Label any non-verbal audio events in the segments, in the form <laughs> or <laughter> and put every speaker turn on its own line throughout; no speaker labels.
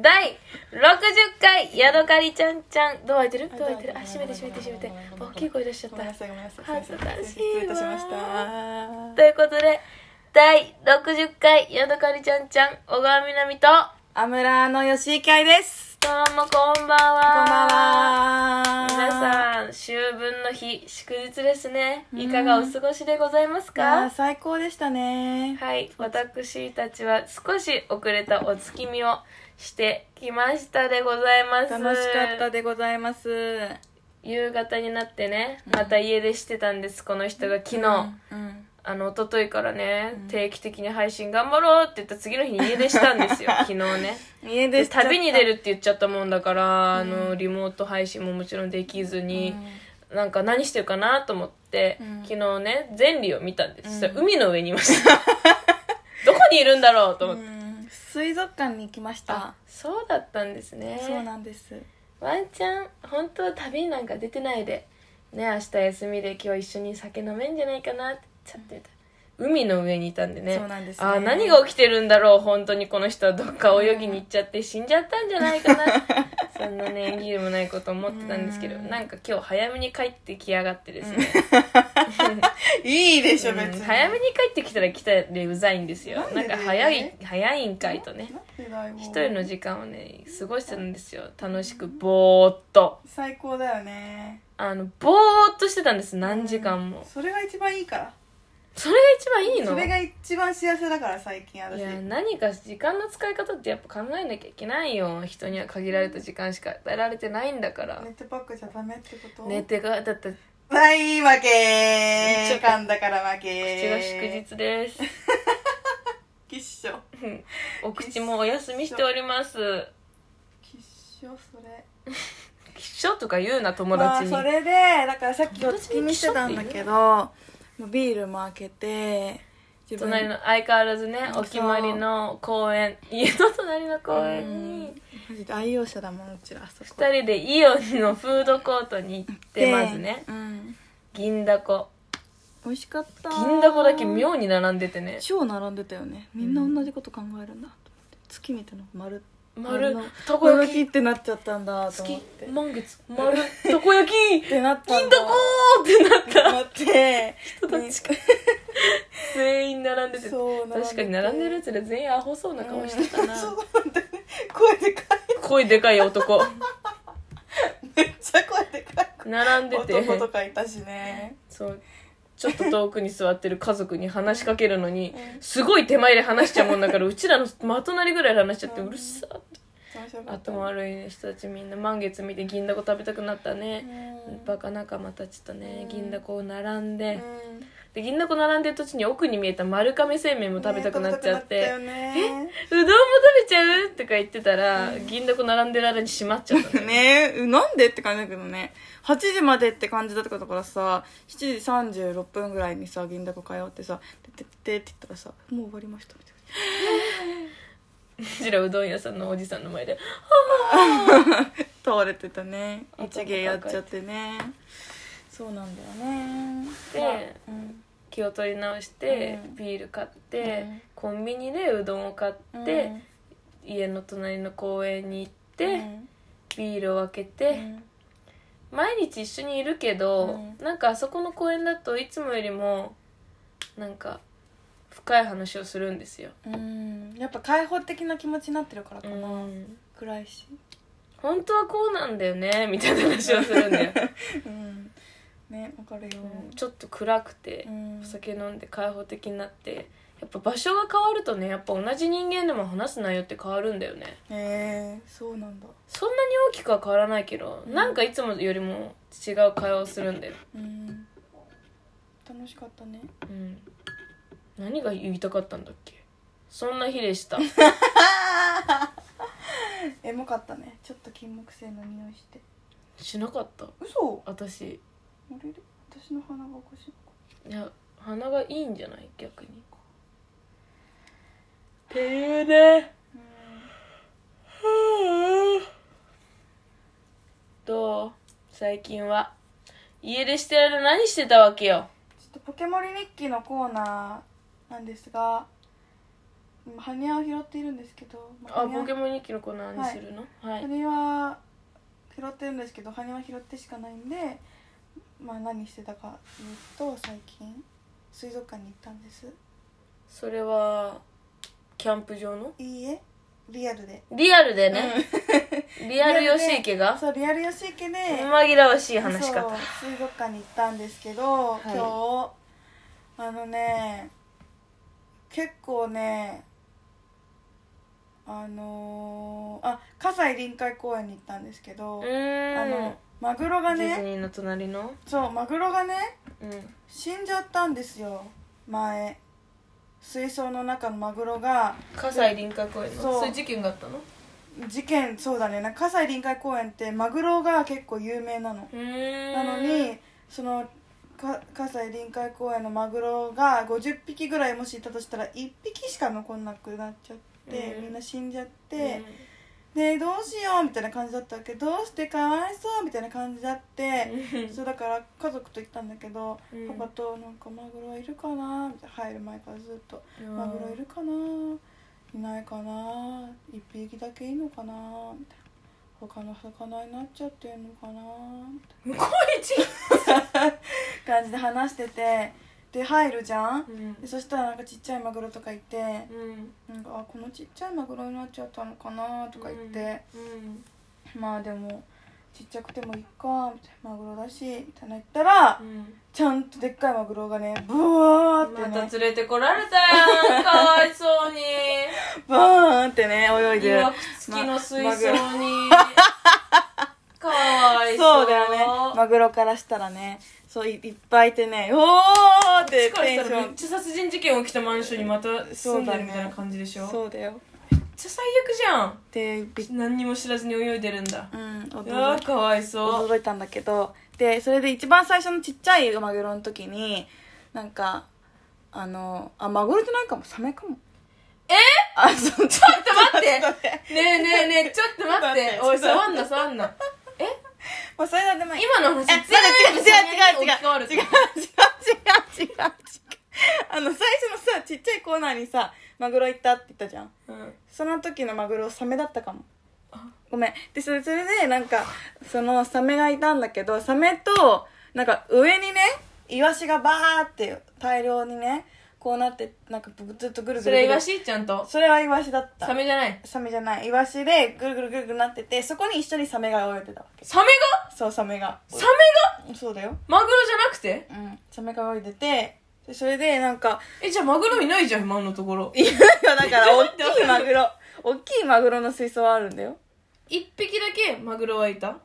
第60回ヤドカリちゃんちゃんドア開いてるドア開いてるあ閉めて閉めて閉めて大きい声出しちゃっ
ご
た
めんなさいごめんなさい
恥ずかしいわ
失礼いたしました
ということで第60回ヤドカリちゃんちゃん小川みなみと
アムラの吉井会です
どうもこんばん
こん
は
ばんは
皆さん秋分の日祝日ですねいかがお過ごしでございます
いやー
か
最高でしたね
はい私たちは少し遅れたお月見をしてきましたでございます
楽しかったでございます
夕方になってねまた家出してたんです、この人が昨日、
うん
あの一昨日からね、定期的に配信頑張ろうって言った次の日に家出したん <laughs> ですよ昨日ね
家
で
で
旅に出
る
るって言っちゃったもんだから、あのリモート配信ももちろんできずに、なんか何してるかなと思って、
うん
昨日ね千里を見たんです、そしたら海の上にいました <laughs> どこにいるんだろうと思って、
水族館に行きました
あそうだったんですね
そうなんです
ワンちゃん本当は旅なんか出てないでね明日休みで今日一緒に酒飲めんじゃないかなってちゃってた海の上にいたんでね
そうなんですね
あー何が起きてるんだろう本当にこの人はどっか泳ぎに行っちゃって死んじゃったんじゃないか
<laughs>
なそんなね縁起でもないこと思ってたんですけど
うん
なんか今日早めに帰ってきやがってですね、
いいでしょ
うん
別に
早めに帰ってきたら来たでうざいんですよ
なんで
なん
だよね
か早い早いんかいとね
なんで
一
だよ
人の時間をね過ごしてるんですよ楽しくぼーっと
最高だよね
あの、ぼーっとしてたんです、何時間も。
それが一番いいから
それが一番いいの
それが一番幸せだから最近
い
私
や、何か時間の使い方ってやっぱ考えなきゃいけないよ。人には限られた時間しか与えられてないんだから
ネ。ットパックじゃダメってこと
寝てが、だって、
はい負
ちょ
け
っと
勘だから負
口が
け
祝日です。
日きっしょ
お口もお休みしております。
きっしょそれ
きっしょとか言うな、友
まあ
達に。
それでだからさっきお月見してたんだけどもうビールも開けて自
隣の相変わらずね、お決まりの公園、家の隣の公園に、
マジで愛用者だもんうちらあそこ
二人でイオンのフードコートに行って、まずね、
うん
銀だこ。
美味しかった
銀だこだけ妙に並んでてね。
超並んでたよねみんな同じこと考えるんだと思って月見ての丸
丸
の
たこ
こ
焼
焼き
き
ってなっちゃったんだと思っ
月
て
満月丸たこ
<laughs>
焼き
ってなった
銀
ん
だ
だ
こーってなっ
と
た
思って
人たち全員並んでて
そう
確かに並んでるやつら全員アホそうな顔してたな、
そうな
<laughs>
んだよね声でかい
声でかい
<laughs>
男
めっちゃ声でかい
並んでて
男とかいたしね
そうちょっと遠くに座ってる家族に話しかけるのにすごい手前で話しちゃうもんだからうちらのまとなりぐらい話しちゃってうるさーって
面白かった
頭悪い人たちみんな満月見て銀だこ食べたくなったね、
うん
バカ仲間たちとね
うん
銀だこを並んで、
うん
で銀だこ並んでる途中に奥に見えた丸亀製麺も食べたくなっちゃって、
ね食べたくなったよね
うどんも食べちゃうとか言ってたら、銀だこ並んでる間に閉まっちゃったのよ
ねえなんでって感じだけどね8時までって感じだったからさ7時36分ぐらいにさ銀だこ通ってさ「てててて」って言ったらさ「もう終わりました」みたいな
うちらうどん屋さんのおじさんの前で
倒れてたね
頭抱
一
えて
芸やっちゃってねそうなんだよね
で
まあうん
気を取り直して、
うん
ビール買って、
うん
コンビニでうどんを買って、
うん
家の隣の公園に行って、
うん
ビールを開けて、
うん
毎日一緒にいるけど、
う
なんかあそこの公園だといつもよりもなんか深い話をするんですよ、
うんやっぱ開放的な気持ちになってるからか
う
な、
ん、
暗いし、
本当はこうなんだよねみたいな話をするんだよ、
うん、ねわかるよ、
ちょっと暗くて
う、ん
お酒飲んで開放的になってやっぱ場所が変わるとねやっぱ同じ人間でも話す内容って変わるんだよね
へえそうなんだ
そんなに大きくは変わらないけど、
うん
なんかいつもよりも違う会話をするんだよ、
うん楽しかったね
うん、何が言いたかったんだっけそんな日でした
エモかったねちょっと金木犀の匂いして
しなかった
嘘
私
あれれ私の鼻がおかしい
いや鼻がいいんじゃない逆にっていうね
うん
<laughs> どう最近は家出してる間何してたわけよ
ちょっとポケモリ日記のコーナーなんですがうん羽を拾っているんですけど、ま
あ
羽は
ポケモン日記のコーナーにするのはい、
羽は拾ってるんですけど羽は拾ってしかないんでまあ何してたかというと最近水族館に行ったんです
それはキャンプ場の
いいえリアルで
リアルでね、リアル吉池が
そうリアル吉池で、
紛らわしい話し
そう
方
水族館に行ったんですけど、
い
今日あのね結構ねあのーあ葛西臨海公園に行ったんですけど、
うーん
あのマグロが
ディズ
ね
ニーの隣の
そうマグロがね
うん
死んじゃったんですよ前水槽の中のマグロが
葛西臨海公園の
そう
そういう事件があったの
事件そうだねなんか葛西臨海公園ってマグロが結構有名なの
うーん
なのにそのか葛西臨海公園のマグロが50匹ぐらいもしいたとしたら1匹しか残んなくなっちゃって、
うん
みんな死んじゃって、ねえどうしようみたいな感じだったわけどうしてかわいそうみたいな感じだって、
うん
そうだから家族と行ったんだけど、
うん
パパと「なんかマグロいるかな?」みたいな入る前からずっと「
うん
<laughs> マグロいるかな?」いないかな一匹だけいいのかなみたいな他の魚になっちゃってんのかなみたいな <laughs>
向こう一
感じで話しててで入るじゃん、
うん
でそしたらなんかちっちゃいマグロとかいて、
うん
なんかあこのちっちゃいマグロになっちゃったのかなとか言って、
うん
まあでもちっちゃくてもいいかみたいなマグロだしみたいな言ったら、
うん
ちゃんとでっかいマグロがねブワーって
また
ね、
連れてこられたやんかわいそうに
バーンってね泳い
い
<laughs> でる
わくつきの水
まマ
槽
グロ
にかわいそ
そううだよねマグロからしたらねそういいっぱいいてねおーって
これし
テンシ
たらめ
ョ
っ
ン
ちゃ殺人事件起きたマンションにまた住んでるみたいな感じでしょ、めっ
そうだよ
ちゃ最悪じゃん
でびっ
何にも知らずに泳いでるんだ
うん
いや
驚
ーかわいそう
驚いたんだけどでそれで一番最初のちっちゃいマグロの時になんかあのあマグロじゃないかもサメかも
え
あそうちょっと
待って
ちょっと待って
ねえねえねえちょっと待って
<laughs> ちょっと待って
おい触んな触んなえ
まあそれはでもいい
今の話
えまだ違う違う違う
全
違う違う違う違う違う違う違
然
うあの最初のさちっちゃいコーナーにさマグロ行ったって言ったじゃん
うん
その時のマグロサメだったかも
あ
ごめんでそれそれでなんかそのサメがいたんだけどサメとなんか上にねイワシがバーって大量にねこうなってなんかずっとぐるぐる
それイワ
シ
シちゃんと
それはイワシだった
サメじゃない
サメじゃないイワシでぐるぐるぐるぐるなっててそこに一緒にサメが泳いでたわけ
サメが
そうサメが
サメが
そうだよ
マグロじゃなくて
うんサメが泳いでてでそれでなんか
えじゃあマグロいないじゃん今のところ
いるよだから大きいマグロ大きいマグロの水槽はあるんだよ
一匹だけマグロはいた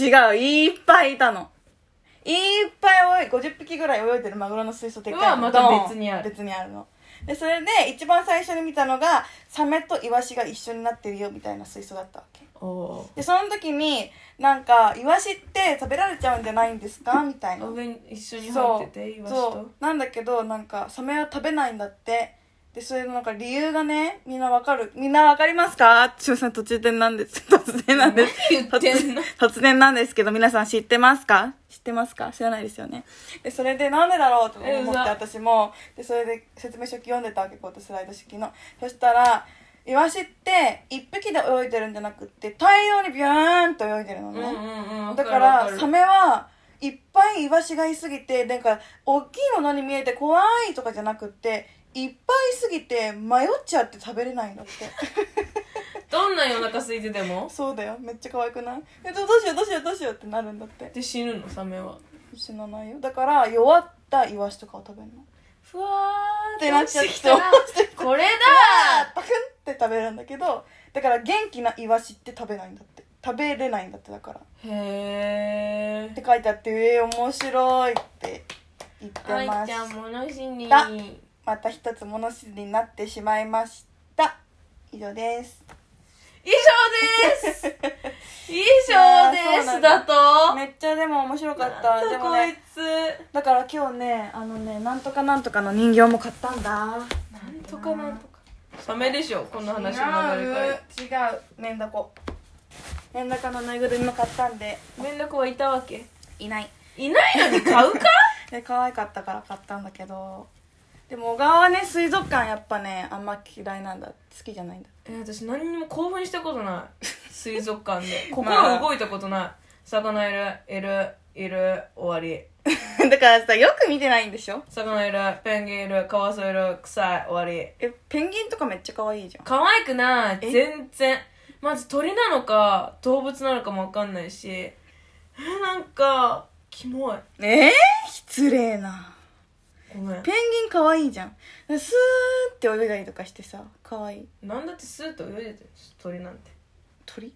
違ういっぱいいたのいっぱい泳い50匹ぐらい泳いでるマグロの水槽でっかいの
うわまた別にある
ドン別にあるのでそれで一番最初に見たのがサメとイワシが一緒になってるよみたいな水槽だったわけ
おお
でその時になんかイワシって食べられちゃうんじゃないんですかみたいな
上に一緒に
そ
入
う
っててイワシ
そ
と
うなんだけどなんかサメは食べないんだってでそれのなんか理由がねみんなわかるみんなわかりますかすいません途中点なんです突然なんです
何言って
<laughs>
んの
突然なんですけど皆さん知ってますか知ってますか知らないですよねでそれでなんでだろうと
えう
思
ざ
って私もでそれで説明書き読んでたわけこうやってスライド式のそしたらイワシって一匹で泳いでるんじゃなくって大量にビューンと泳いでるの
う
ね、
んうんうん
だか
わ
ら
るわ
サ
かる
メはいっぱいイワシがいすぎてなんか大きいものに見えて怖いとかじゃなくっていっぱいすぎて迷っちゃって食べれないんだって
どんなにお腹空いてても
そうだよめっちゃ可愛くないえどどうしようどうしようどうしようってなるんだって
で死ぬのサメは
死なないよだから弱ったイワシとかを食べるの
ふわーっ
ってなっちゃって
落きたらこれ
あ
だ
ーパクンって食べるんだけどだから元気なイワシって食べないんだって食べれないんだってだからっ
ーへ
て
ー
書いてあってえー、面白いって言ってました
愛ちゃん物知り
だまた一つ物知りになってしまいました以上です
以上
<laughs>
です以上で
いやーそうな
す
んだ
だと
めっちゃでも面白かった
なん
で
だ
も
こい
ね
つ
だから今日ねあのねなんとかなんとかの人形も買ったんだ
なんとかなんとかサメでしょこの話の流れから
違うメンダコメンダコのぬいぐるみも買ったんで
連絡はいたわけ
いない
いないのに買うか
で可愛かったから買ったんだけどでも小川はね水族館やっぱねあんま嫌いなんだ好きじゃないんだ
<laughs> え私何にも興奮したことない水族館 <laughs> で
まあ
心動いたことない、魚いるいるいる終わり
<laughs> だからさよく見てないんでしょ
魚いるペンギンいるカワウソいる臭い終わり
えペンギンとかめっちゃ可愛いじゃん
可愛くない
え
全然まず鳥なのか動物なのかも分かんないしえなんかキモい
えー、失礼な
ごめん
ペンギン可愛いじゃんスーって泳いだりとかしてさ可愛い
なんだってスーッと泳いでてる鳥なんて
鳥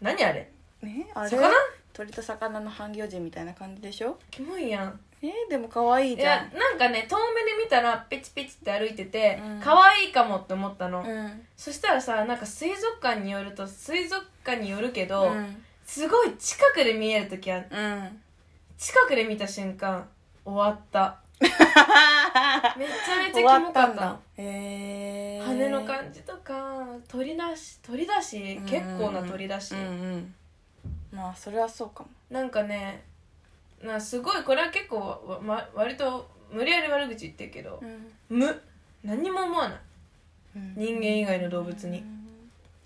何あれ
ねあれ
魚
鳥と魚の半魚人みたいな感じでしょ
キモいやん
えー、でも可愛い
い
じゃ
や
ん
なんかね遠目で見たらペチペチって歩いてて、
うん
可愛いかもって思ったの、
うん
そしたらさなんか水族館によると水族館によるけど、
うん
すごい近くで見える時は
うん
近くで見た瞬間終わ
<laughs>
っためちゃめち
終
ゃ
わ
キモ
っ
かっ
た
たの
んだへえー、
羽の感じとか鳥だし鳥だし結構な鳥だし、
うんうんまあそれはそうかも
なんかねなすごいこれは結構わ、ま、割と無理やり悪口言ってるけど、
ん、
無何も思わない人間以外の動物に、
うん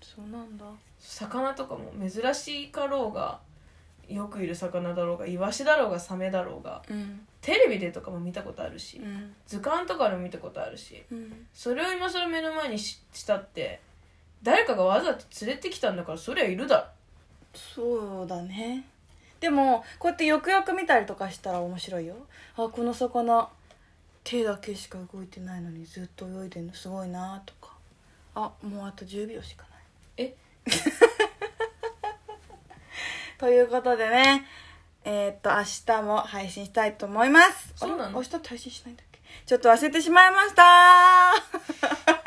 そうなんだ
魚とかも珍しいかろうがよくいる魚だろうがイワシだろうがサメだろうが
うん
テレビでとかも見たことあるし、
うん
図鑑とかでも見たことあるし
うん
それを今更目の前にししたって誰かがわざと連れてきたんだからそりゃいるだろ
そうだねでもこうやってよくよく見たりとかしたら面白いよあこの魚手だけしか動いてないのにずっと泳いでるのすごいなとかあもうあと10秒しかない
え
<laughs> ということでねえーっと明日も配信したいと思います
そうなの
あれ明日って配信しないんだっけちょっと忘れてしまいました